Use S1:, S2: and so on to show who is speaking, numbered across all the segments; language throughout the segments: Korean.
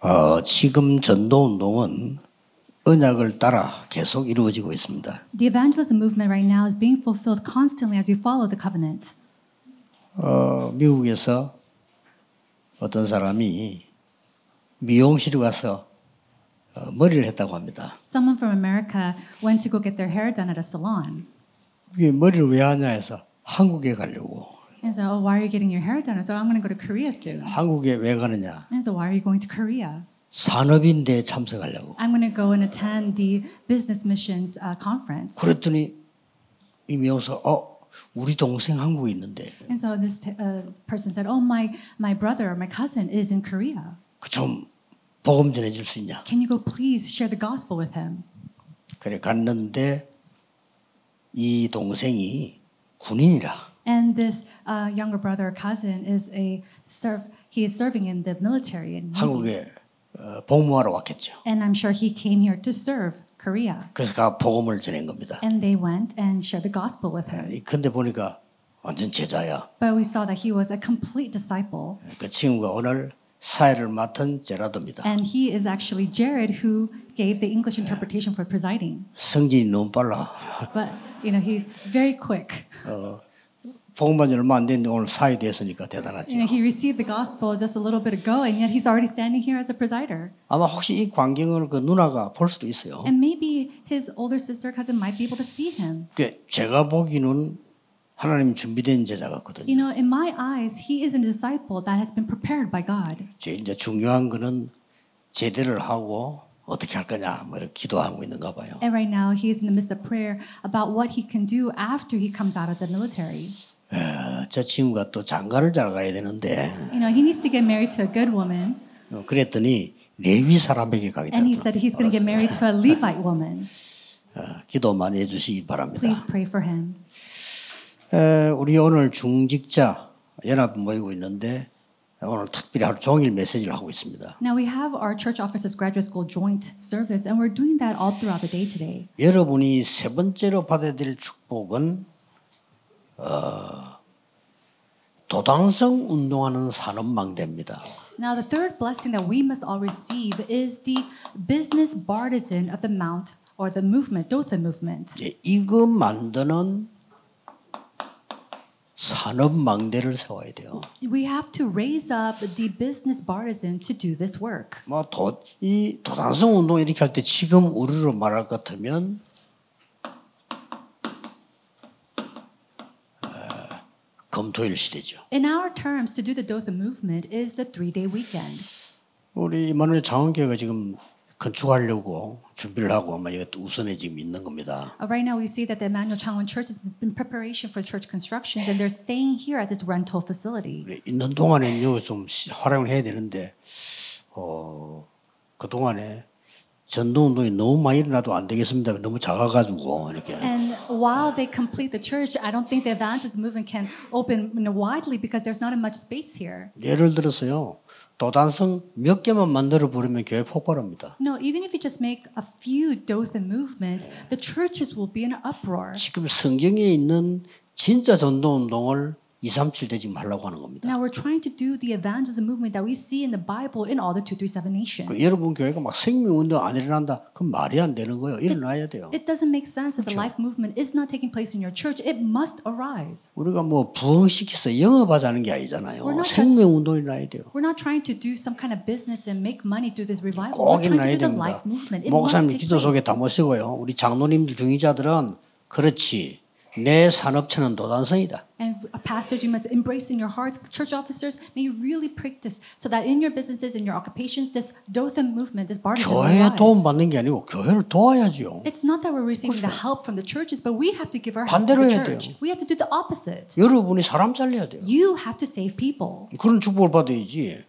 S1: 어, 지금 전도 운동은 언약을 따라 계속 이루어지고 있습니다.
S2: The evangelism movement right now is being fulfilled constantly as you follow the covenant.
S1: 어, 미국에서 어떤 사람이 미용실에 가서 어, 머리를 했다고 합니다.
S2: Someone from America went to go get their hair done at a salon.
S1: 이게 머리를 왜 하냐 해서 한국에 가려고.
S2: And so, oh, why are you getting your hair done? I said, I'm going to go to Korea soon.
S1: 한국에 왜 가느냐?
S2: And so, why are you going to Korea?
S1: 산업인대에 참석하려고.
S2: I'm going to go and attend the business missions uh, conference.
S1: 그랬더니 이 미용사 어 우리 동생 한국에 있는데
S2: And so this t- uh, person said, oh, my, my brother or my cousin is in Korea.
S1: 그 좀 복음 전해줄 수 있냐?
S2: Can you go please share the gospel with him?
S1: 그래 갔는데 이 동생이 군인이라.
S2: And this uh, younger brother or cousin is a serv- he is serving in the military. In Navy.
S1: 한국에 어, 복무하러 왔겠죠.
S2: And I'm sure he came here to serve Korea.
S1: 그래서 가 복음을 전한 겁니다.
S2: And they went and shared the gospel with him.
S1: 이- 근데 보니까 완전 제자야.
S2: But we saw that he was a complete disciple.
S1: 그 친구가 오늘 사회를 맡은 제라도입니다.
S2: And he is actually Jared who gave the English interpretation for presiding.
S1: 성진이 너무 빨라.
S2: But, you know, he's very quick.
S1: 복음만 지 얼마 안 됐는데 오늘 사회 됐으니까
S2: You
S1: 대단하지.
S2: know, he received the gospel just a little bit ago, and yet he's already standing here as a presider.
S1: 아마 혹시 이 광경을 그 누나가 볼 수도 있어요.
S2: And maybe his older sister or cousin might be able to see him.
S1: 그 제가 보기는 하나님 준비된 제자 같거든요.
S2: You know, in my eyes, he is a disciple that has been prepared by God.
S1: 제 이제 중요한 거는 제대를 하고 어떻게 할 거냐 뭐 이렇게 기도하고 있는가 봐요.
S2: And right now, he is in the midst of prayer about what he can do after he comes out of the military.
S1: 어, 저 친구가 또 장가를 잘 가야 되는데
S2: You know, he needs to get married to a good woman.
S1: 어, 그랬더니 레위 사람에게 가게
S2: And he
S1: 되더라고요.
S2: said he's going to get married to a Levite woman.
S1: 어, 기도 많이 해주시기
S2: Please
S1: 바랍니다.
S2: pray for him.
S1: 에, 우리 오늘 중직자 연합 모이고 있는데 오늘 특별히 하루 종일 메시지를 하고 있습니다.
S2: Now, we have our church officers graduate school joint service, and we're doing that all throughout the day today.
S1: 여러분이 세 번째로 받아야 될 축복은 어, 도당성 운동하는 산업망대입니다.
S2: Now, the third blessing that we must all receive is the business bartisan of the Mount or the movement, Dothan movement.
S1: 예, 이제 이거 만드는 산업망대를 세워야 돼요.
S2: We have to raise up the business bartisan to do this work.
S1: 뭐도이 도당성 운동 이렇게 할 때 지금 우리로 말할 것 같으면 어, 검토일 시대죠.
S2: In our terms, to do the Dothan movement is the three day weekend.
S1: 우리 이만희 장원계가 지금 건축하려고 준비를 하고 아마 이것도 우선에 지금 있는 겁니다.
S2: Uh, Right now, we see that the Emmanuel Changwon Church is in preparation for church constructions, and they're staying here at this rental facility.
S1: 그래, 있는 동안에는요 좀 시- 활용을 해야 되는데 어, 어그 동안에 전동 운동이 너무 많이 일어나도 안 되겠습니다. 너무 작아가지고 이렇게
S2: And while they complete the church, I don't think the evangelism movement can open you know, widely because there's not much space here.
S1: 예를 들어서요 도단성 몇 개만 만들어 버리면 교회 폭발합니다.
S2: No, even if you just make a few Dothan movements, the churches will be in an uproar.
S1: 지금 성경에 있는 진짜 전동 운동을 2, 3, 7대 지금 하려고 하는 겁니다.
S2: Now we're trying to do the evangelism movement that we see in the Bible in all the
S1: 그
S2: 237 nations.
S1: 여러분 교회가 막 생명 운동 안 일어난다. 그럼 말이 안 되는 거예요. 일어나야 돼요.
S2: It doesn't make sense if the life movement is not taking place in your church. It must arise.
S1: 우리가 뭐 부흥시켜서 영업하자는 게
S2: We're
S1: 아니잖아요.
S2: not
S1: 생명 운동이 나야 돼요.
S2: We're not trying to do some kind of business and make money through this revival.
S1: 꼭
S2: We're
S1: 일어나야
S2: trying to do the
S1: 됩니다.
S2: life movement. It must
S1: 목사님
S2: take
S1: 기도 속에
S2: place.
S1: 다 모시고요. 우리 장로님들 중위자들은 그렇지 내 산업체는 도단성이다.
S2: And pastors, you must embrace in your hearts. Church officers, may you really prick this so that in your businesses, in your occupations, this Dothan movement, this bartism will
S1: 교회 도움
S2: rise.
S1: 받는 게 아니고 교회를 도와야지요.
S2: It's not that we're receiving the help from the churches, but we have to give our help to
S1: 반대로
S2: the
S1: 해야
S2: church.
S1: 돼요.
S2: We have to do the opposite.
S1: 여러분이 사람 살려야 돼요.
S2: You have to save people.
S1: 그런 축복을 받아야지.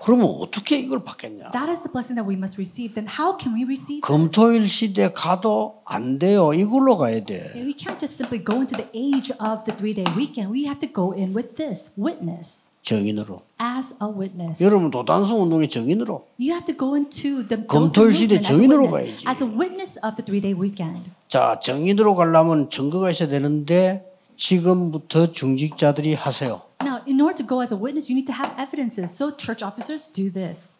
S1: 그러면 어떻게 이걸 받겠냐?
S2: That is the blessing that we must receive. Then how can we receive this?
S1: 금토일 시대 가도 안 돼요. 이걸로 가야 돼.
S2: And We can't just simply go into the age of the three day weekend. We have to go in with this witness,
S1: 정인으로.
S2: as a witness.
S1: 여러분 도단성 운동의 정인으로.
S2: You have to go into the
S1: 검토일 시대
S2: movement as a
S1: 정인으로
S2: witness,
S1: 가야지.
S2: as a witness of the three day weekend.
S1: 자 정인으로 가려면 증거가 있어야 되는데 지금부터 중직자들이 하세요.
S2: Now, in order to go as a witness, you need to have evidences. So, church officers do this.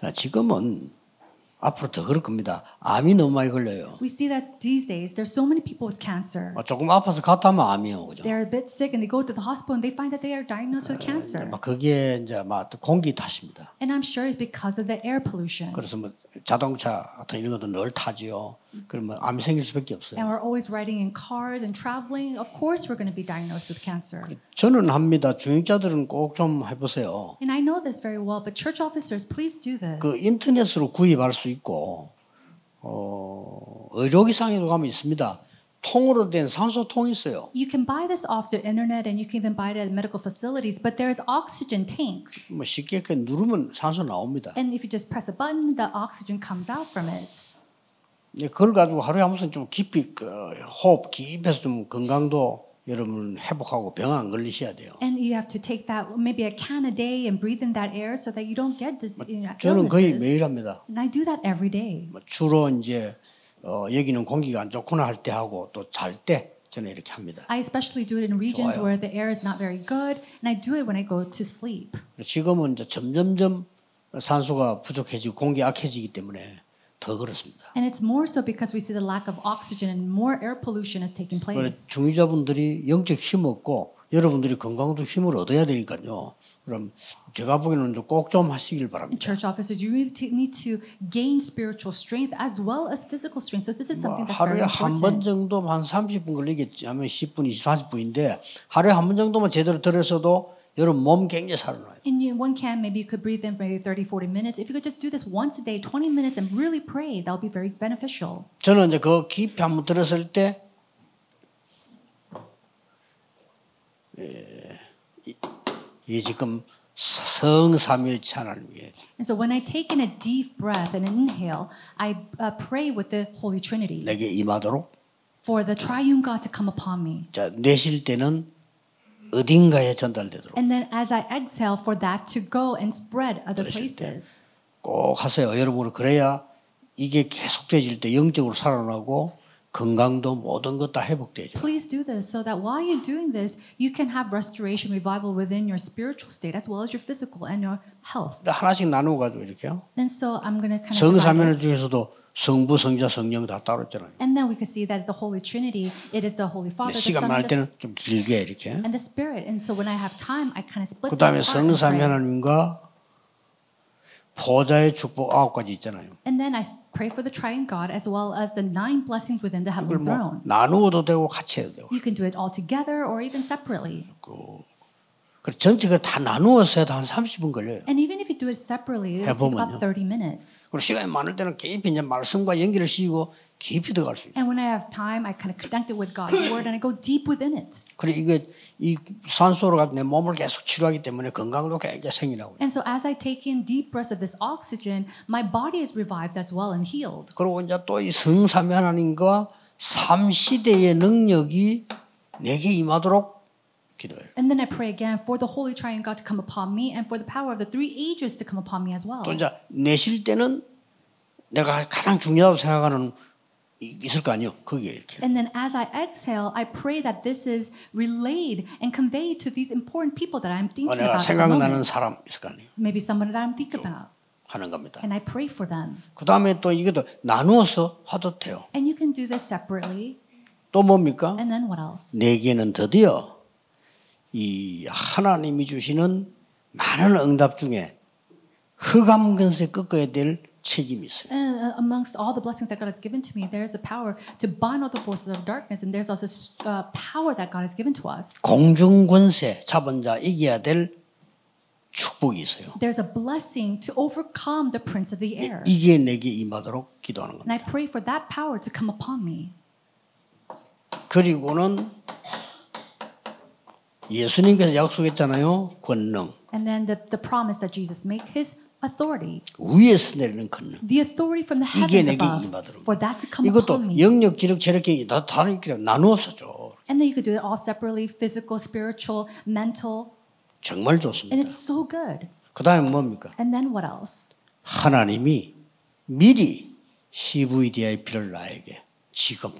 S1: 아, 지금은 앞으로 더 그럴 겁니다. 암이 너무 많이 걸려요.
S2: We see that these days there's so many people with cancer.
S1: 아, 조금 아파서 갔다 하면 암이에요, 그죠?
S2: They're a bit sick and they go to the hospital and they find that they are diagnosed with cancer.
S1: 막 그게 아, 이제 막또 공기 탓입니다.
S2: And I'm sure it's because of the air pollution.
S1: 그래서 뭐 자동차 같은 이런 것도 늘 타지요. 그러면 암이 생길 수밖에 없어요.
S2: And we're always riding in cars and traveling. Of course, we're going to be diagnosed with cancer.
S1: 저는 합니다. 중직자들은 꼭 좀 해보세요.
S2: And I know this very well, but church officers, please do this.
S1: 그 인터넷으로 구입할 수 있고 어, 의료기상에도 가면 있습니다. 통으로 된 산소통이 있어요.
S2: You can buy this off the internet and you can even buy it at medical facilities, but there's oxygen tanks.
S1: 뭐 쉽게 그 누르면 산소 나옵니다.
S2: And if you just press a button, the oxygen comes out from it.
S1: 예, 그걸 가지고 하루에 한 번씩 좀 깊이 그, 호흡 깊이해서 좀 건강도 여러분 회복하고 병 안 걸리셔야 돼요.
S2: And you have to take that maybe a can a day and breathe in that air so that you don't get this you know,
S1: 저는 거의
S2: illnesses.
S1: 매일 합니다.
S2: And I do that every day.
S1: 뭐 주로 이제 어, 여기는 공기가 안 좋구나 할 때 하고 또 잘 때 저는 이렇게 합니다.
S2: I especially do it in regions
S1: 좋아요.
S2: where the air is not very good, and I do it when I go to sleep.
S1: 지금은 이제 점점점 산소가 부족해지고 공기 악해지기 때문에 더 그렇습니다.
S2: And it's more so because we see the lack of oxygen and more air pollution is taking place.
S1: 중위자분들이 영적 힘 얻고 여러분들이 건강도 힘을 얻어야 되니까요. 그럼 제가 보기에는 꼭 좀 하시길 바랍니다.
S2: Church officers, you really t- need to gain spiritual strength as well as physical strength. So this is
S1: 뭐
S2: something that's very
S1: 하루에 한 번
S2: important.
S1: 정도 한 30분 걸리겠지 하면 10분, 20, 30분인데 하루에 한 번 정도만 제대로 들어서도 여러분 몸 굉장히 살아나요.
S2: And you, one can, maybe you could breathe in maybe 30, 40 minutes. If you could just do this once a day, 20 minutes, and really pray, that'll be very beneficial.
S1: 저는 이제 그 깊이 한 번 들었을 때 예, 이- 이 지금 성삼일체 하나님이에요.
S2: And so when I take in a deep breath and inhale, I uh, pray with the Holy Trinity
S1: 내게 임하도록
S2: for the triune God to come upon me.
S1: 자, 내쉴 때는 어딘가에 전달되도록
S2: And then as I exhale, for that to go and spread other places.
S1: 꼭 하세요. 여러분은 그래야 이게 계속되질 때 영적으로 살아나고 건강도 모든 것 다 회복되죠.
S2: Please do this so that while you're doing this, you can have restoration, revival within your spiritual state as well as your physical and your health.
S1: 하나씩 나누어 가지고 이렇게요.
S2: And so I'm going to kind of. divide
S1: 성삼위일
S2: it.
S1: 중에서도 성부, 성자, 성령 다 따로 음, 있잖아요. 네,
S2: And then we can see that the Holy Trinity, it is the Holy
S1: 근데
S2: Father, the
S1: 시간
S2: Son,
S1: 많을
S2: the
S1: 때는
S2: S-
S1: 좀 길게 이렇게.
S2: and the Spirit. And so when I have time, I kind of split
S1: 그
S2: that
S1: 다음에
S2: apart and
S1: 성삼위
S2: pray.
S1: 하나님과 보좌의 축복 아홉 가지 있잖아요.
S2: And then I s- pray for the Triune God as well as the nine blessings within the
S1: 그걸 뭐
S2: heavenly throne.
S1: 나누어도 되고 같이 해도 되고.
S2: You can do it all together or even separately.
S1: 그 전체가 다 나누어서 해도 한 30분 걸려요.
S2: And even if you do it separately, it will take
S1: 해보면요.
S2: about 30 minutes.
S1: 그리고 시간이 많을 때는 깊이 이제 말씀과 연기를 씌우고 깊이 들어갈 수 있어요.
S2: And when I have time, I kind of connect it with God's word and I go deep within it.
S1: 그리고 이게 이 산소로 가내 몸을 계속 치료하기 때문에 건강도 굉장히 생기나고요.
S2: And so as I take in deep breaths of this oxygen, my body is revived as well and healed.
S1: 그리고 이제 또 이 성삼위 하나님과 삼시대의 능력이 내게 임하도록 기도해요.
S2: And then I pray again for the Holy Triune God to come upon me and for the power of the three ages to come upon me as well.
S1: 또 이제 내쉴 때는 내가 가장 중요하다고 생각하는 이- 있을 거 아니에요. 그게 이렇게.
S2: And then as I exhale, I pray that this is relayed and conveyed to these important people that I'm
S1: 어,
S2: thinking
S1: 내가
S2: about. At the
S1: 생각나는
S2: moment.
S1: 사람 있을 거 아니에요.
S2: Maybe someone that I'm thinking about.
S1: 하는 겁니다.
S2: And I pray for them.
S1: 그 다음에 또 이게 또 나누어서 하도 돼요.
S2: And you can do this separately.
S1: 또 뭡니까?
S2: And then what else?
S1: 내게는 드디어 이 하나님이 주시는 많은 응답 중에 흑암 근세 꺾어야 될 책임이 있어요.
S2: And uh, amongst all the blessings that God has given to me, there is a power to bind all the forces of darkness, and there's also uh, power that God has given to us.
S1: 공중 권세 자본자 이겨야 될 축복이 있어요.
S2: There's a blessing to overcome the prince of the air.
S1: 이게 내게 임하도록 기도하는 겁니다.
S2: And I pray for that power to come upon me.
S1: 그리고는 예수님께서 약속했잖아요. 권능.
S2: And then the, the promise that Jesus made, his authority,
S1: 위에서 내리는 권능.
S2: the authority from the
S1: 이게
S2: heavens
S1: 내게
S2: above,
S1: 임하도록.
S2: for that to come upon
S1: 이것도
S2: me.
S1: 영역, 기력, 체력, 경기 다 다른 있기 때문에 나누어서죠.
S2: And then you could do it all separately physical, spiritual, mental.
S1: 정말
S2: And
S1: 좋습니다.
S2: it's so good.
S1: 그 다음에 뭡니까?
S2: And then what else?
S1: 하나님이 미리 CVDIP를 나에게 지금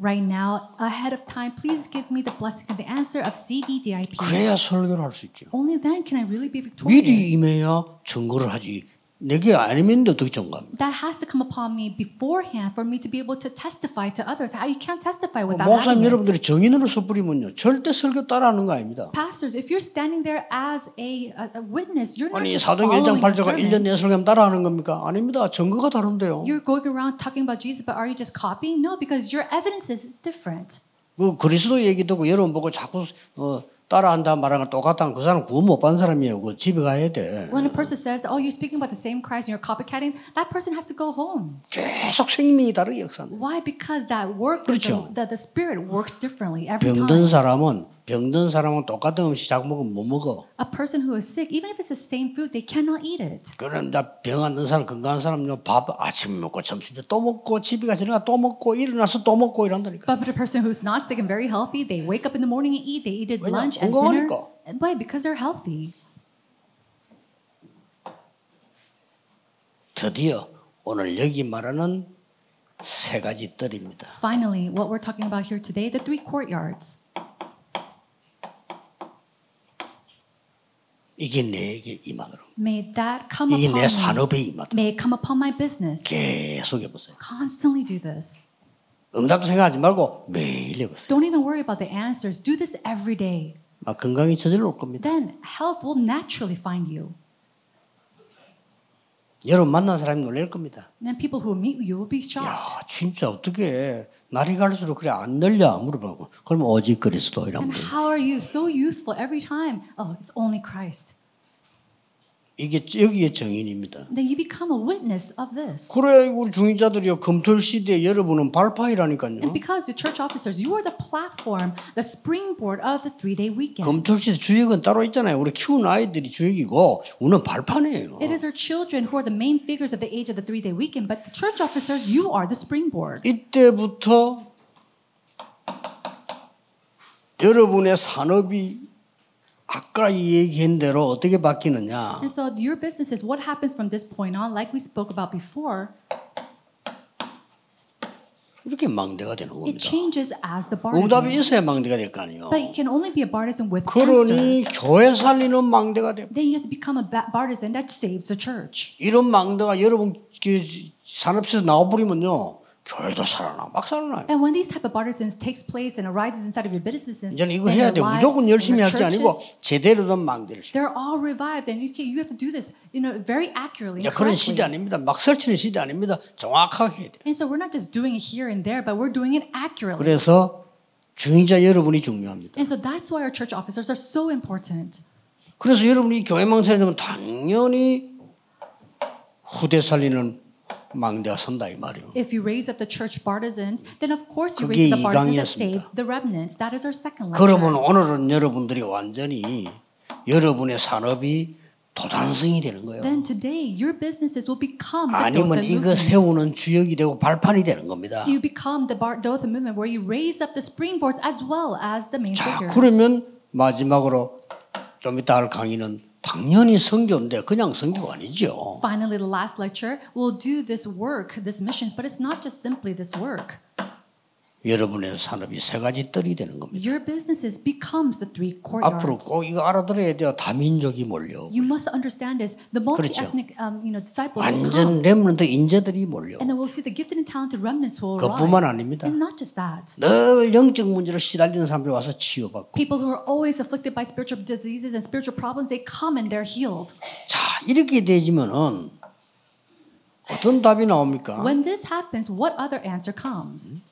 S2: Right now, ahead of time, please give me the blessing and the answer of E CVDIP.
S1: 그래야 설교를 할 수 있죠.
S2: 예. Only then can I really be victorious.
S1: 미리 임해야 증거를 하지 내게 아니면 어떻게 정감?
S2: That has to come upon me beforehand for me to be able to testify to others. I, you can't testify without
S1: 목사님
S2: having it.
S1: 여러분들이 정인으로서 뿌리면요 절대 설교 따라하는 거 아닙니다.
S2: Pastors, if you're standing there as a, a, a witness, you're not
S1: 아니
S2: just
S1: 사도행 1장
S2: following a
S1: 8절가 1년
S2: sermon.
S1: 내에 설교하면 따라하는 겁니까? 아닙니다. 증거가 다른데요.
S2: You're going around talking about Jesus, but are you just copying? No, because your evidence is is different.
S1: 그 그리스도 얘기 듣고 여러분 보고 자꾸 어, 따라한다 말하는 건 똑같다는 그 사람 구원 못 받은 사람이에요. 그 집에 가야 돼.
S2: When a person says, "Oh, you're speaking about the same Christ and you're copycatting," that person has to go home.
S1: 계속 생명이 다르게 역사는.
S2: Why? Because that work,
S1: 그렇죠.
S2: the, the, the spirit works differently every
S1: 병든
S2: time.
S1: 사람은 병든 사람은 똑같은 음식 자꾸 먹으면 못 먹어.
S2: A person who is sick, even if it's the same food, they cannot eat it.
S1: 그럼 나병안 든 사람 건강한 사람요 밥 아침 먹고 점심 때 또 먹고 집에 가서 일어나 또 먹고 일어나서 또 먹고 이런다니까.
S2: But for the person who's not sick and very healthy, they wake up in the morning and eat. They eat at
S1: 왜냐?
S2: lunch and dinner.
S1: 건강하니까.
S2: And Why? Because they're healthy.
S1: 드디어 오늘 여기 말하는 세 가지 뜰입니다.
S2: Finally, what we're talking about here today, the three courtyards.
S1: 이게 내게 임하노라.
S2: May that come
S1: 이게 내
S2: upon me.
S1: 산업에 임하다.
S2: May it come upon my business.
S1: 계속 해보세요.
S2: Constantly do this.
S1: 응답 생각하지 말고 매일 해보세요.
S2: Don't even worry about the answers. Do this every day.
S1: 막 건강이 저절로 올 겁니다.
S2: Then health will naturally find you.
S1: 여러분 만난 사람이 놀랄 겁니다.
S2: And then people who meet you will be
S1: 야,
S2: shocked.
S1: 진짜 어떻게 날이 갈수록 그래 안 늘려 물어보고 그럼 오직 그리스도 이라고
S2: And
S1: 그래요.
S2: how are you so youthful every time? Oh, it's only Christ.
S1: 이게 여기에 정인입니다.
S2: Then you become a witness of this.
S1: 그래 우리 중인자들이요 검토 시대에 여러분은 발판이라니까요.
S2: And because the church officers, you are the platform, the springboard of the three day weekend.
S1: 검토 시대 주역은 따로 있잖아요. 우리 키우는 아이들이 주역이고 우리는 발판이에요.
S2: It is our children who are the main figures of the age of the three day weekend, but the church officers, you are the springboard.
S1: 이때부터 여러분의 산업이 아까 얘기한 대로 어떻게 바뀌느냐?
S2: And so your business is what happens from this point on, like we spoke about before,
S1: 이렇게 망대가 되는
S2: it
S1: 겁니다.
S2: changes as the bar is.
S1: 응답이
S2: in.
S1: 있어야 망대가 될 거 아니에요.
S2: But you can only be a partisan with
S1: 그러니
S2: answers.
S1: 교회 살리는 망대가 되고
S2: Then you have to become a ba- partisan that saves the church.
S1: 이런 망대가 여러분 그 산업에서 나와버리면요 교회도 살아나 막 살아나요.
S2: And when these type of partisans takes place and arises inside of your businesses,
S1: 이제는 이거
S2: then
S1: 해야 돼.
S2: your lives,
S1: 무조건 열심히
S2: your
S1: 할 게 아니고
S2: churches,
S1: 제대로 된 망대를. 세워요.
S2: they're all revived, and you can, you have to do this, you know, very
S1: 이제
S2: accurately. And,
S1: 그런 시대
S2: correctly.
S1: 아닙니다. 막 설치는 시대 아닙니다. 정확하게 해야 돼요.
S2: and so we're not just doing it here and there, but we're doing it accurately.
S1: 그래서 주인자 여러분이 중요합니다.
S2: And so that's why our church officers are so important.
S1: 그래서 여러분이 교회 망설이 되면 당연히 후대 살리는 망대가 선다 이 말이에요.
S2: If you raise up the church partisans, then of course you
S1: 그게 이
S2: raise up the partisans that
S1: 강의였습니다.
S2: save the remnants. That is our second lesson.
S1: 그러면 오늘은 여러분들이 완전히 여러분의 산업이 도단성이 되는 거예요.
S2: Then today your businesses will become the
S1: 아니면
S2: Dothan
S1: 이거
S2: movement.
S1: 세우는 주역이 되고 발판이 되는 겁니다.
S2: You become the Bar- Dothan movement where you raise up the springboards as well as the main
S1: 자,
S2: figures.
S1: 그러면 마지막으로 좀 이따 할 강의는 당연히 성교인데 그냥 성교가 아니죠.
S2: Finally, the last lecture will do this work, this missions, but it's not just simply this work.
S1: 여러분의 산업이 세 가지 뜰이 되는 겁니다.
S2: Your businesses becomes the three
S1: 앞으로
S2: courtyards.
S1: 꼭 이거 알아들어야 돼요. 다민족이 몰려.
S2: You must understand this. The multi-ethnic, um, you know, disciples will come.
S1: 완전 렘런트 인재들이 몰려.
S2: And then we'll see the gifted and talented remnants will arise.
S1: 그뿐만 아닙니다.
S2: And not just that.
S1: 늘 영적 문제로 시달리는 사람들이 와서 치유받고.
S2: People who are always afflicted by spiritual diseases and spiritual problems, they come and they're healed.
S1: 자, 이렇게 되지면은 어떤 답이 나옵니까?
S2: When this happens, what other answer comes?
S1: Hmm?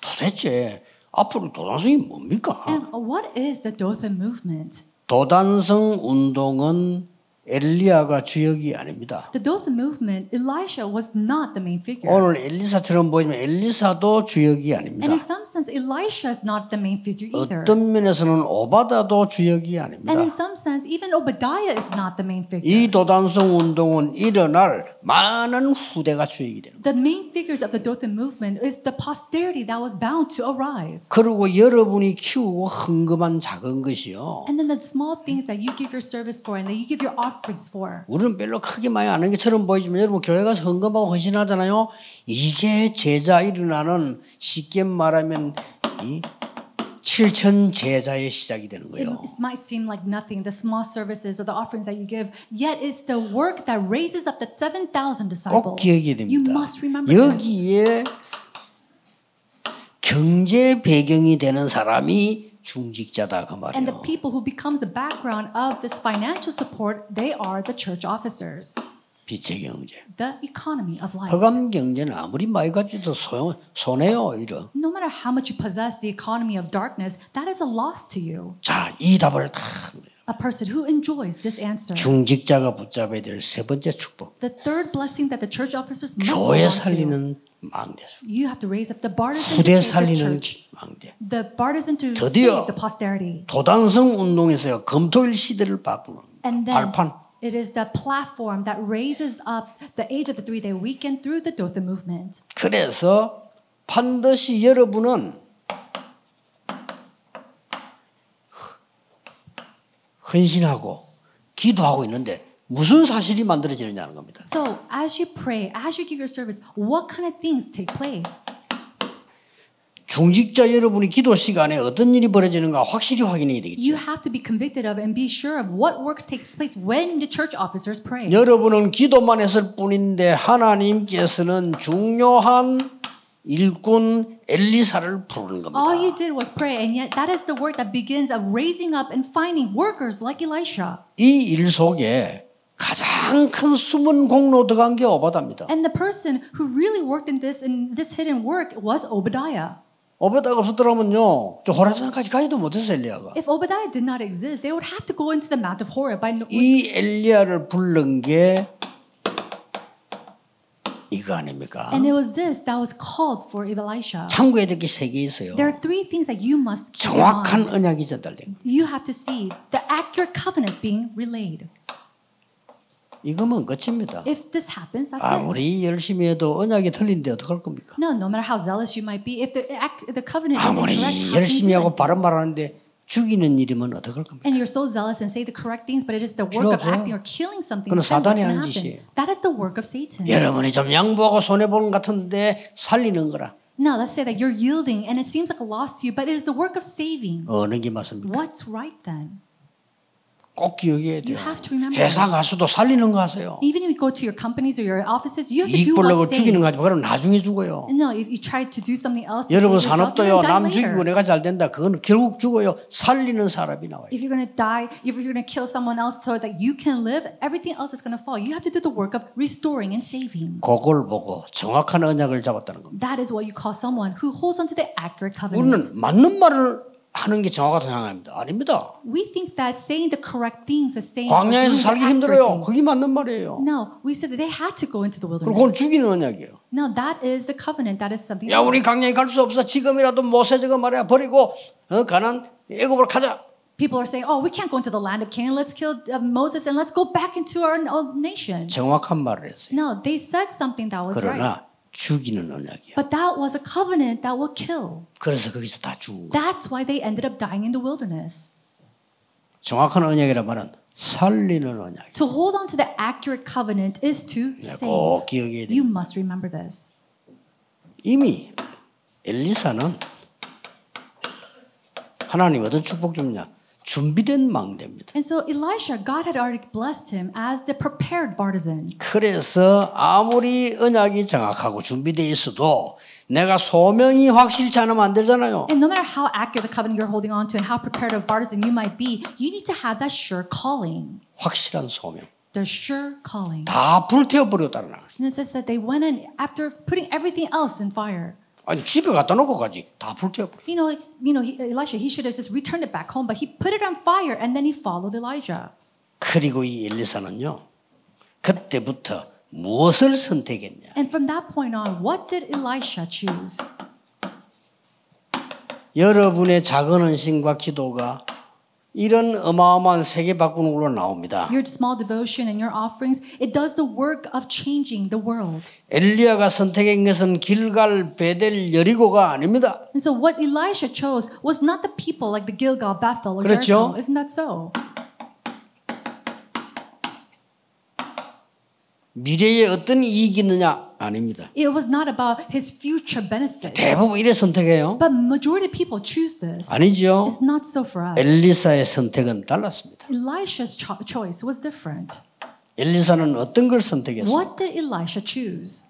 S1: 도대체 앞으로 도단성이 뭡니까?
S2: And what is the Dothan movement?
S1: 도단성 운동은 엘리야가 주역이 아닙니다.
S2: The Dothan movement, Elisha was not the main figure.
S1: 오늘 엘리사처럼 보이지만 엘리사도 주역이
S2: and
S1: 아닙니다.
S2: in some sense, Elisha is not the main figure either.
S1: 어떤 면에서는 오바다도 주역이
S2: And
S1: 아닙니다.
S2: in some sense, even Obadiah is not the main figure.
S1: 이 도단성 운동은 일어날 많은 후대가 주역이 됩니다.
S2: The main figures of the Dothan movement is the posterity that was bound to arise.
S1: 그리고 여러분이 키우고 헌금한 작은 것이요.
S2: And then the small things that you give your service for and that you give your offerings for.
S1: 우리는 별로 크게 많이 아는 것처럼 보이지만 여러분 교회 가서 헌금하고 헌신하잖아요. 이게 제자 일어나는 쉽게 말하면 이 7천 제자의 시작이 되는
S2: It,
S1: 거예요.
S2: it might seem like nothing, the small services or the offerings that you give, yet it's the work that raises up the 7,000
S1: 꼭
S2: disciples.
S1: 기억해야
S2: You
S1: 됩니다.
S2: must remember this.
S1: 여기에 경제 배경이 되는 사람이 중직자다 그
S2: And the
S1: 말이에요.
S2: people who becomes the background of this financial support, they are the church officers.
S1: 빛의 경제.
S2: The economy of life.
S1: 허감 경제는 아무리 많이 가지도 소용, 손해요 오히려.
S2: No matter how much you possess the economy of darkness, that is a loss to you.
S1: 자, 이 답을 다 그래요.
S2: A person who enjoys this answer.
S1: 중직자가 붙잡아야 될 세 번째 축복.
S2: The third blessing that the church officers must
S1: 교회
S2: hold on to.
S1: 살리는 망대수.
S2: You have to raise up the martyrs into
S1: 후대
S2: the
S1: 살리는
S2: church.
S1: 망대.
S2: The martyrs into
S1: 드디어
S2: save the posterity.
S1: 도단성 운동에서요 검토일 시대를 바꾸는
S2: And then
S1: 발판.
S2: it is the platform that raises up the age of the three-day weekend through the Dothan movement.
S1: 그래서 반드시 여러분은 헌신하고 기도하고 있는데 무슨 사실이 만들어지느냐는 겁니다.
S2: So as you pray, as you give your service, what kind of things take place?
S1: 중직자 여러분이 기도 시간에 어떤 일이 벌어지는가 확실히 확인해야
S2: You
S1: 되겠죠.
S2: have to be convicted of and be sure of what works takes place when the church officers pray.
S1: 여러분은 기도만 했을 뿐인데 하나님께서는 중요한 일꾼 엘리사를 부르는 겁니다.
S2: All you did was pray, and yet that is the work that begins of raising up and finding workers like Elisha.
S1: 이 일 속에 가장 큰 숨은 공로 들어간 게 오바다입니다.
S2: And the person who really worked in this in this hidden work was Obadiah.
S1: 오베다가 없었더라면요. 저 호라산까지 가지도 못했어 엘리야가.
S2: If Obadiah did not exist, they would have to go into the Mount of Horeb by no-
S1: 이 엘리야를 부른 게 이거 아닙니까?
S2: and it was this that was called for Elisha.
S1: 참고해야 될 게 세 개 있어요.
S2: There are three things that you must keep in mind.
S1: 정확한 언약이 전달된 거.
S2: You have to see the accurate covenant being relayed.
S1: 이거면 끝입니다.
S2: If this happens, that's it.
S1: 아무리 열심히 해도 언약이 틀린데 어떡할 겁니까?
S2: No, no matter how zealous you might be, if the ac- the covenant is incorrect, how
S1: 아무리
S2: can you
S1: 열심히
S2: do
S1: 하고
S2: it?
S1: 바른 말하는데 죽이는 일이면 어떡할 겁니까?
S2: And you're so zealous and say the correct things, but it is the
S1: 필요
S2: work of
S1: 없어요.
S2: acting or killing something.
S1: 그건
S2: then what's
S1: 사단이 하는
S2: gonna happen?
S1: 짓이에요.
S2: That is the work of Satan.
S1: 여러분이 좀 양보하고 손해 보는 것 같은데 살리는 거라
S2: Now let's say that you're yielding and it seems like a loss to you, but it is the work of saving.
S1: 어느 게 맞습니까?
S2: What's right then?
S1: 꼭 기억해야 돼요.
S2: You have to remember
S1: 회사
S2: this.
S1: 가수도 살리는 거 하세요.
S2: Even if you go to your companies or your offices, you have to
S1: 이익
S2: do
S1: 벌려고
S2: what
S1: 죽이는 거 하지
S2: saves.
S1: 마. 그럼 나중에 죽어요.
S2: No, if you try to do something else, to
S1: 여러분
S2: save yourself, you're
S1: 산업도요. 남
S2: gonna die
S1: 죽이고
S2: later.
S1: 내가 잘 된다. 그건 결국 죽어요. 살리는 사람이 나와요.
S2: If you're going to die, if you're going to kill someone else so that you can live, everything else is going to fall. You have to do the work of restoring and saving.
S1: 그걸 보고 정확한 언약을 잡았다는 겁니다.
S2: That is what you call someone who holds onto the accurate covenant.
S1: 우리는 맞는 말을 하는 게 정확하다고 생각합니다. 아닙니다.
S2: We think that saying the correct things is saying or doing
S1: 광야에서
S2: the
S1: 살기
S2: accurate
S1: 힘들어요.
S2: thing.
S1: 그게 맞는 말이에요.
S2: No, we said that they had to go into the
S1: 그리고 그건
S2: wilderness.
S1: 죽이는 언약이에요.
S2: No, that is the covenant. That is something.
S1: 야
S2: else.
S1: 우리 광야에 갈 수 없어. 지금이라도 모세저가 말이야 버리고 어, 가난 애굽으로 가자.
S2: People are saying, "Oh, we can't go into the land of Canaan. Let's kill uh, Moses and let's go back into our own nation."
S1: 정확한 말을 했어요.
S2: No, they said something that was right,
S1: 그러나 죽이는 언약이에요.
S2: but that was a covenant that will kill.
S1: 그래서 거기서 다 죽은 거예요.
S2: That's why they ended up dying in the wilderness.
S1: 정확한 언약이라면 살리는 언약이에요.
S2: To hold on to the accurate covenant is
S1: 꼭
S2: to save.
S1: 기억해야 돼요.
S2: You must remember this.
S1: 이미 엘리사는 하나님 어떤 축복 줍냐? 준비된 망대입니다.
S2: And so Elisha, God had already blessed him as the prepared partisan.
S1: 그래서 아무리 언약이 정확하고 준비되어 있어도 내가 소명이 확실치 않으면 안 되잖아요.
S2: And no matter how accurate the covenant you're holding on to and how prepared of partisan you might be, you need to have that sure calling.
S1: 확실한 소명.
S2: The sure calling.
S1: 다 불태워버렸다는 거예요.
S2: And it says that they went in after putting everything else in fire.
S1: 아니 집에 갖다 놓고 가지. 다 불태워버려.
S2: You know, you know, he, Elisha, he should have just returned it back home, but he put it on fire and then he followed Elijah.
S1: 그리고 이 엘리사는요. 그때부터 무엇을 선택했냐?
S2: And from that point on, what did Elisha choose?
S1: 여러분의 작은 헌신과 기도가 이런 어마어마한 세계 바꾸는 걸로 나옵니다.
S2: your small devotion and your offerings, it does the work of changing the world.
S1: 엘리야가 선택한 것은 길갈 베델 여리고가 아닙니다.
S2: And so what Elisha chose was not the people like the Gilgal, Bethel, or
S1: 그렇죠.
S2: Jericho. Isn't that so?
S1: 미래에 어떤 이익이 있느냐 아닙니다.
S2: It was not about his future benefits.
S1: 대부분 이래 선택해요.
S2: But majority of people choose this.
S1: 아니죠.
S2: It's not so for us.
S1: 엘리사의 선택은 달랐습니다.
S2: Elisha's cho- choice was different.
S1: 엘리사는 어떤 걸 선택했어요?
S2: What did Elisha choose?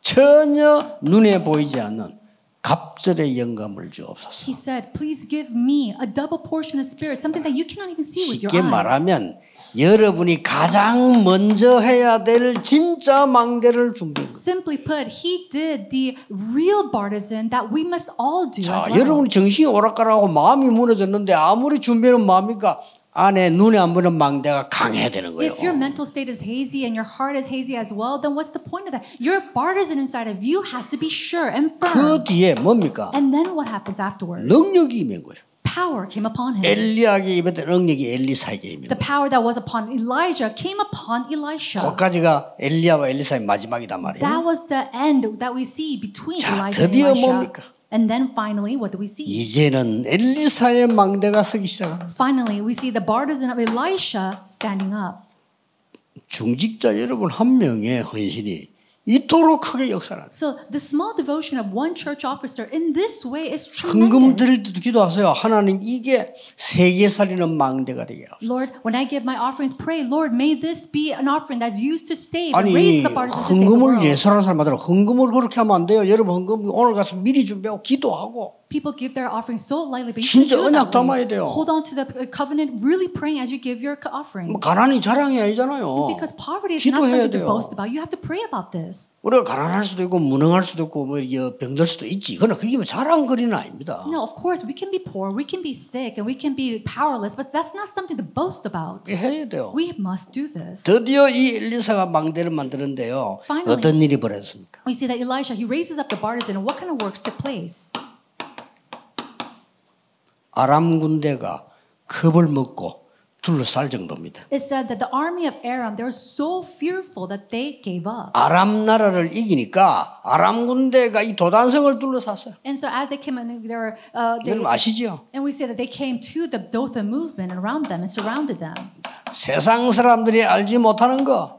S1: 전혀 눈에 보이지 않는 갑절의 영감을 주옵소서.
S2: He said, Please give me a double portion of spirit, something that you cannot even see with your
S1: 쉽게
S2: eyes.
S1: 말하면 여러분이 가장 먼저 해야 될 진짜 망대를 준비한 거예요.
S2: Simply put, he did the real partisan that we must all do.
S1: 자,
S2: as well.
S1: 여러분 정신이 오락가락하고 마음이 무너졌는데 아무리 준비는 마음이니까 안에 눈에 안 보이는 망대가 강해야 되는 거예요.
S2: If your mental state is hazy and your heart is hazy as well, then what's the point of that? Your partisan inside of you has to be sure and firm.
S1: 그 뒤에 뭡니까?
S2: And then what happens afterward?
S1: 능력이 임한 거예요.
S2: Power came upon him.
S1: 엘리야에게 임했던 능력이 엘리사에게 임한
S2: The
S1: 거예요.
S2: power that was upon Elijah came upon Elisha.
S1: 거기까지가 엘리야와 엘리사의 마지막이단 말이에요.
S2: That was the end that we see between
S1: 자,
S2: Elijah and
S1: 드디어 뭡니까?
S2: Elisha. And then finally, what do we see?
S1: 이제는 엘리사의 망대가 서기 시작합니다.
S2: Finally, we see the partisan of Elisha standing up.
S1: 중직자 여러분 한 명의 헌신이 이토록 크게 역사를 합니다.
S2: So the small devotion of one church officer in this way is
S1: 헌금
S2: tremendous.
S1: 드릴 때도 기도하세요. 하나님 이게 세계 살리는 망대가 되게 하옵소서.
S2: Lord, when I give my offerings, pray, Lord, may this be an offering that's used to save and
S1: 아니
S2: raise the partisan to save the
S1: 헌금을
S2: world.
S1: 예술하는 사람들은 헌금을 그렇게 하면 안 돼요. 여러분 헌금 오늘 가서 미리 준비하고 기도하고
S2: People give their offerings so lightly, but you should
S1: 진짜
S2: do it
S1: 언약
S2: that
S1: 담아야
S2: way.
S1: 돼요.
S2: Hold on to the uh, covenant, really praying as you give your offering.
S1: 뭐 가난이 자랑이 아니잖아요.
S2: Because poverty is not
S1: 기도해야
S2: something to
S1: 돼요.
S2: boast about. You have to pray about this.
S1: 우리가 가난할 수도 있고 무능할 수도 있고 뭐 이게 병들 수도 있지. 이거는 그게 뭐 자랑거리는 아닙니다.
S2: No, of course, we can be poor, we can be sick, and we can be powerless, but that's not something to boast about.
S1: 이게 해야 돼요.
S2: We must do this.
S1: 드디어 이 엘리사가 망대를 만드는데요.
S2: Finally.
S1: 어떤 일이 벌어졌습니까?
S2: We see that Elisha, he raises up the partisan, and what kind of works took place?
S1: 아람 군대가 겁을 먹고 둘러쌀 정도입니다.
S2: It said that the army of Aram, they were so fearful that they gave up.
S1: 아람 나라를 이기니까 아람 군대가 이 도단성을 둘러쌌어요.
S2: And so as they came, and they were, uh, they,
S1: 여러분 아시죠?
S2: and we see that they came to the Dothan movement and around them and surrounded them.
S1: 세상 사람들이 알지 못하는 거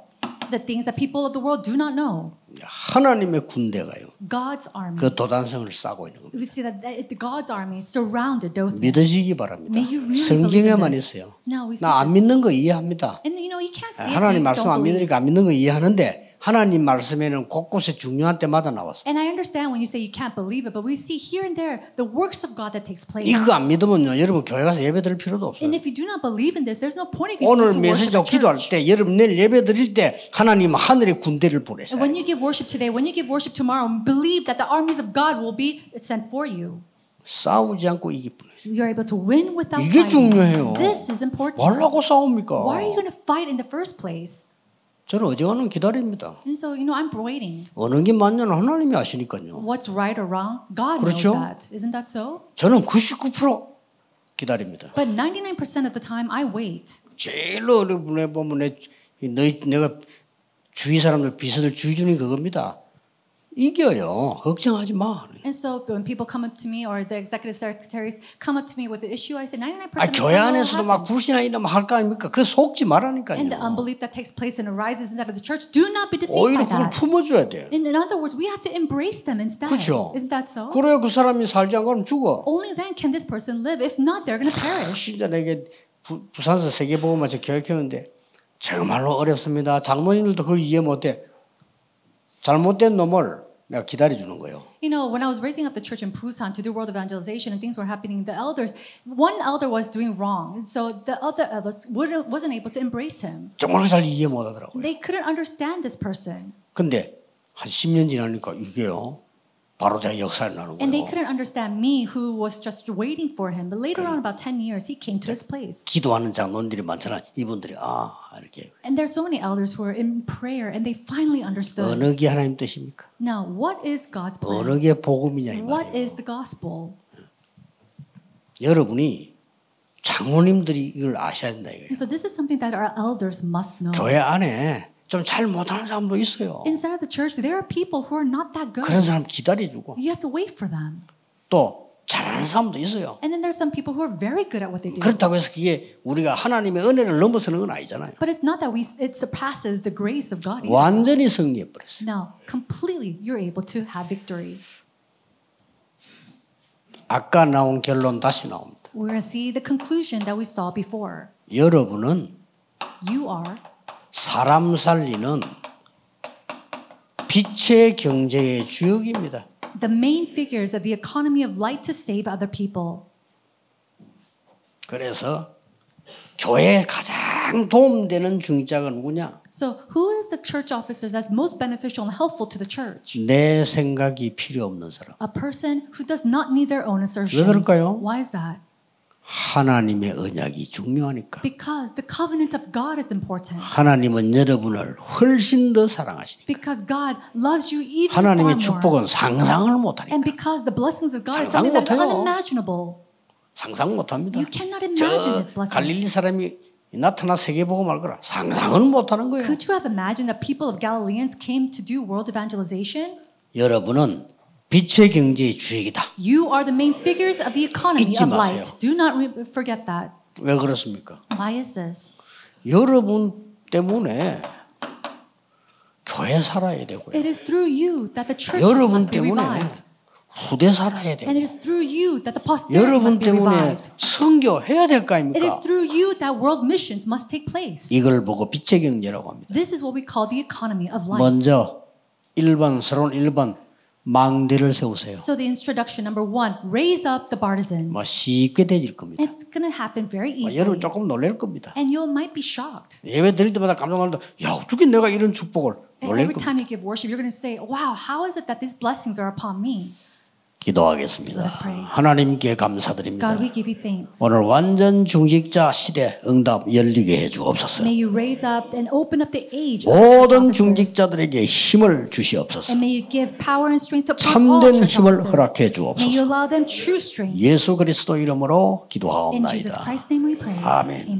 S2: The things that people of the world do not know.
S1: 하나님의 군대가요.
S2: God's army.
S1: 그 도단성을 싸고 있는 겁니다.
S2: We see that the- God's army surrounded Dothan.
S1: 믿으시기 바랍니다.
S2: May you really
S1: 성경에만
S2: believe
S1: 있어요.
S2: No, we see
S1: 나 안
S2: this.
S1: 믿는 거 이해합니다.
S2: And you know, you can't see it. so
S1: 하나님
S2: you
S1: 말씀
S2: don't
S1: 안
S2: believe.
S1: 믿으니까 안 믿는 거 이해하는데 하나님 말씀에는 곳곳에 중요한 때마다 나왔어.
S2: And I understand when you say you can't believe it, but we see here and there the works of God that takes place.
S1: 이거 안 믿으면요, 여러분 교회 가서 예배 드릴 필요도 없어요.
S2: And if you do not believe in this, there's no point of you going
S1: 오늘
S2: to worship
S1: 메시지하고
S2: at
S1: 기도할
S2: church.
S1: 때, 여러분 내일 예배 드릴 때 하나님 하늘의 군대를
S2: And
S1: 보내세요.
S2: when you give worship today, when you give worship tomorrow, believe that the armies of God will be sent for you.
S1: 싸우지 않고 이기 뿐이에요.
S2: You are able to win without
S1: 이게
S2: fighting.
S1: 중요해요.
S2: This is important.
S1: 뭐라고 싸웁니까?
S2: Why are you going to fight in the first place?
S1: 저는 어지간하면 기다립니다.
S2: And so, you know, I'm waiting.
S1: 어느 게 맞냐는 하나님이 아시니까요.
S2: What's right or wrong? God
S1: 그렇죠.
S2: knows that. Isn't that so?
S1: 저는 99% 기다립니다.
S2: But 99% of the time, I wait.
S1: 제일 어려운 보면 내, 너희, 내가 주위 사람들 비서들 주의 주는 그겁니다. 이겨요. 걱정하지 마. 아,
S2: And so when people come up to me or the executive secretaries come up to me with the issue, I say 99%
S1: 아,
S2: of the
S1: 교회
S2: time it
S1: 안에서도
S2: will
S1: 막
S2: happen.
S1: 불신앙 이런 말할거 아닙니까? 그 속지 말라니까요.
S2: And the unbelief that takes place and arises inside of the church, do not be deceived by
S1: 오히려 그걸
S2: that.
S1: 품어줘야 돼요.
S2: In, in other words, we have to embrace them instead.
S1: 그렇죠.
S2: Isn't that so?
S1: 그래야 그 사람이 살지 않으면 죽어.
S2: Only then can this person live. If not, they're going to perish.
S1: 진짜 내게 부, 부산서 세계보험마저 교육했는데 정말로 어렵습니다. 장모님들도 그걸 이해 못해. 잘못된 놈을 내가 기다려주는 거예요.
S2: You know, when I was raising up the church in Busan to do world evangelization and things were happening, the elders, one elder was doing wrong. And so the other elders wouldn't, wasn't able to embrace him.
S1: 정말 잘 이해 못하더라고요.
S2: They couldn't understand this person.
S1: 근데 한 10년 지나니까 이게요. 바로 제가 역사를 나는
S2: And they
S1: 거예요.
S2: couldn't understand me, who was just waiting for him. But later on, about 10 years, he came to his place.
S1: 기도하는 장로님들이 많잖아. 이분들이 아 이렇게
S2: And there's so many elders who are in prayer, and they finally understood.
S1: 어느 게 하나님 뜻입니까?
S2: Now, what is God's plan?
S1: 어느 게 복음이냐 이
S2: 네. What
S1: 말이에요.
S2: is the gospel?
S1: 여러분이 장로님들이 이걸 아셔야 된다 이거예요.
S2: And so, this is something that our elders must know.
S1: 교회 안에 좀 잘 못하는 사람도 있어요.
S2: Inside of the church, there are people who are not that
S1: 그런
S2: good.
S1: 사람 기다려주고
S2: You have to wait for them.
S1: 또 잘하는 사람도 있어요.
S2: And then there's some people who are very good at what they do.
S1: 그렇다고 해서 그게 우리가 하나님의 은혜를 넘어서는 건 아니잖아요.
S2: But it's not that we it surpasses the grace of God. either.
S1: 완전히 승리해 버렸어요.
S2: Now, completely, you're able to have victory.
S1: 아까 나온 결론 다시 나옵니다.
S2: We're going to see the conclusion that we saw before.
S1: 여러분은
S2: You are
S1: 사람 살리는 빛의 경제의 주역입니다.
S2: the main figures of the economy of light to save other people.
S1: 그래서 교회에 가장 도움되는 중자가 누구냐?
S2: So, who is the church officers that's most beneficial and helpful to the church?
S1: 내 생각이 필요 없는 사람.
S2: A person who does not need their own assertions.
S1: 그럴까요?
S2: Why is that?
S1: 하나님의 언약이 중요하니까.
S2: Because the covenant of God is important.
S1: 하나님은 여러분을 훨씬 더 사랑하시니.
S2: Because God loves you even far
S1: 하나님의
S2: more.
S1: 축복은 상상을 못하니까.
S2: And because the blessings of God is
S1: 상상
S2: something that's
S1: 못해요.
S2: unimaginable.
S1: 상상 못합니다.
S2: You cannot imagine
S1: 저
S2: his blessing.
S1: 갈릴리 사람이 나타나 세계 보고 말거라. 상상은 못하는 거예요.
S2: Could you have imagined that people of Galileans came to do world evangelization?
S1: 여러분은 빛의 경제의 주역이다.
S2: You are the main figures of the economy
S1: 잊지
S2: of
S1: 마세요.
S2: light. Do not re- forget that.
S1: 왜 그렇습니까?
S2: Why is this?
S1: 여러분 때문에 교회 살아야 되고요.
S2: It is through you that the church
S1: 여러분
S2: must be
S1: 때문에
S2: revived.
S1: 후대 살아야
S2: And it
S1: 되고
S2: is through you that the posterity
S1: 여러분
S2: must be
S1: 때문에
S2: revived.
S1: 선교해야 될 거
S2: It is
S1: 아닙니까?
S2: through you that world missions must take place.
S1: 이걸 보고 빛의 경제라고 합니다.
S2: This is what we call the economy of light.
S1: 먼저 1번 서론 1번 망대를 세우세요.
S2: So the introduction number one, raise up the bartisan.
S1: 뭐 쉽게 되질 겁니다.
S2: It's gonna happen very
S1: 뭐 여러분
S2: easily,
S1: 조금 놀랄 겁니다.
S2: and you might be shocked.
S1: 예배 드릴 때마다 깜짝 놀랍니다. 야 어떻게 내가 이런 축복을
S2: And
S1: 놀랄
S2: 네, every
S1: 겁니다.
S2: time you give worship, you're gonna say, "Wow, how is it that these blessings are upon me?"
S1: 기도하겠습니다.
S2: Let's pray.
S1: 하나님께 감사드립니다.
S2: God, we give you thanks.
S1: 오늘 완전 중직자 시대 응답 열리게 해주옵소서.
S2: May you raise up and open up the age of church
S1: 모든
S2: officers.
S1: 중직자들에게 힘을 주시옵소서.
S2: And may you give power and strength upon all
S1: 참된
S2: church
S1: 힘을
S2: officers.
S1: 허락해
S2: May you
S1: 주옵소서.
S2: allow them true strength.
S1: 예수 그리스도 이름으로
S2: In Jesus
S1: 기도하옵나이다.
S2: Christ's name we pray.
S1: 아멘.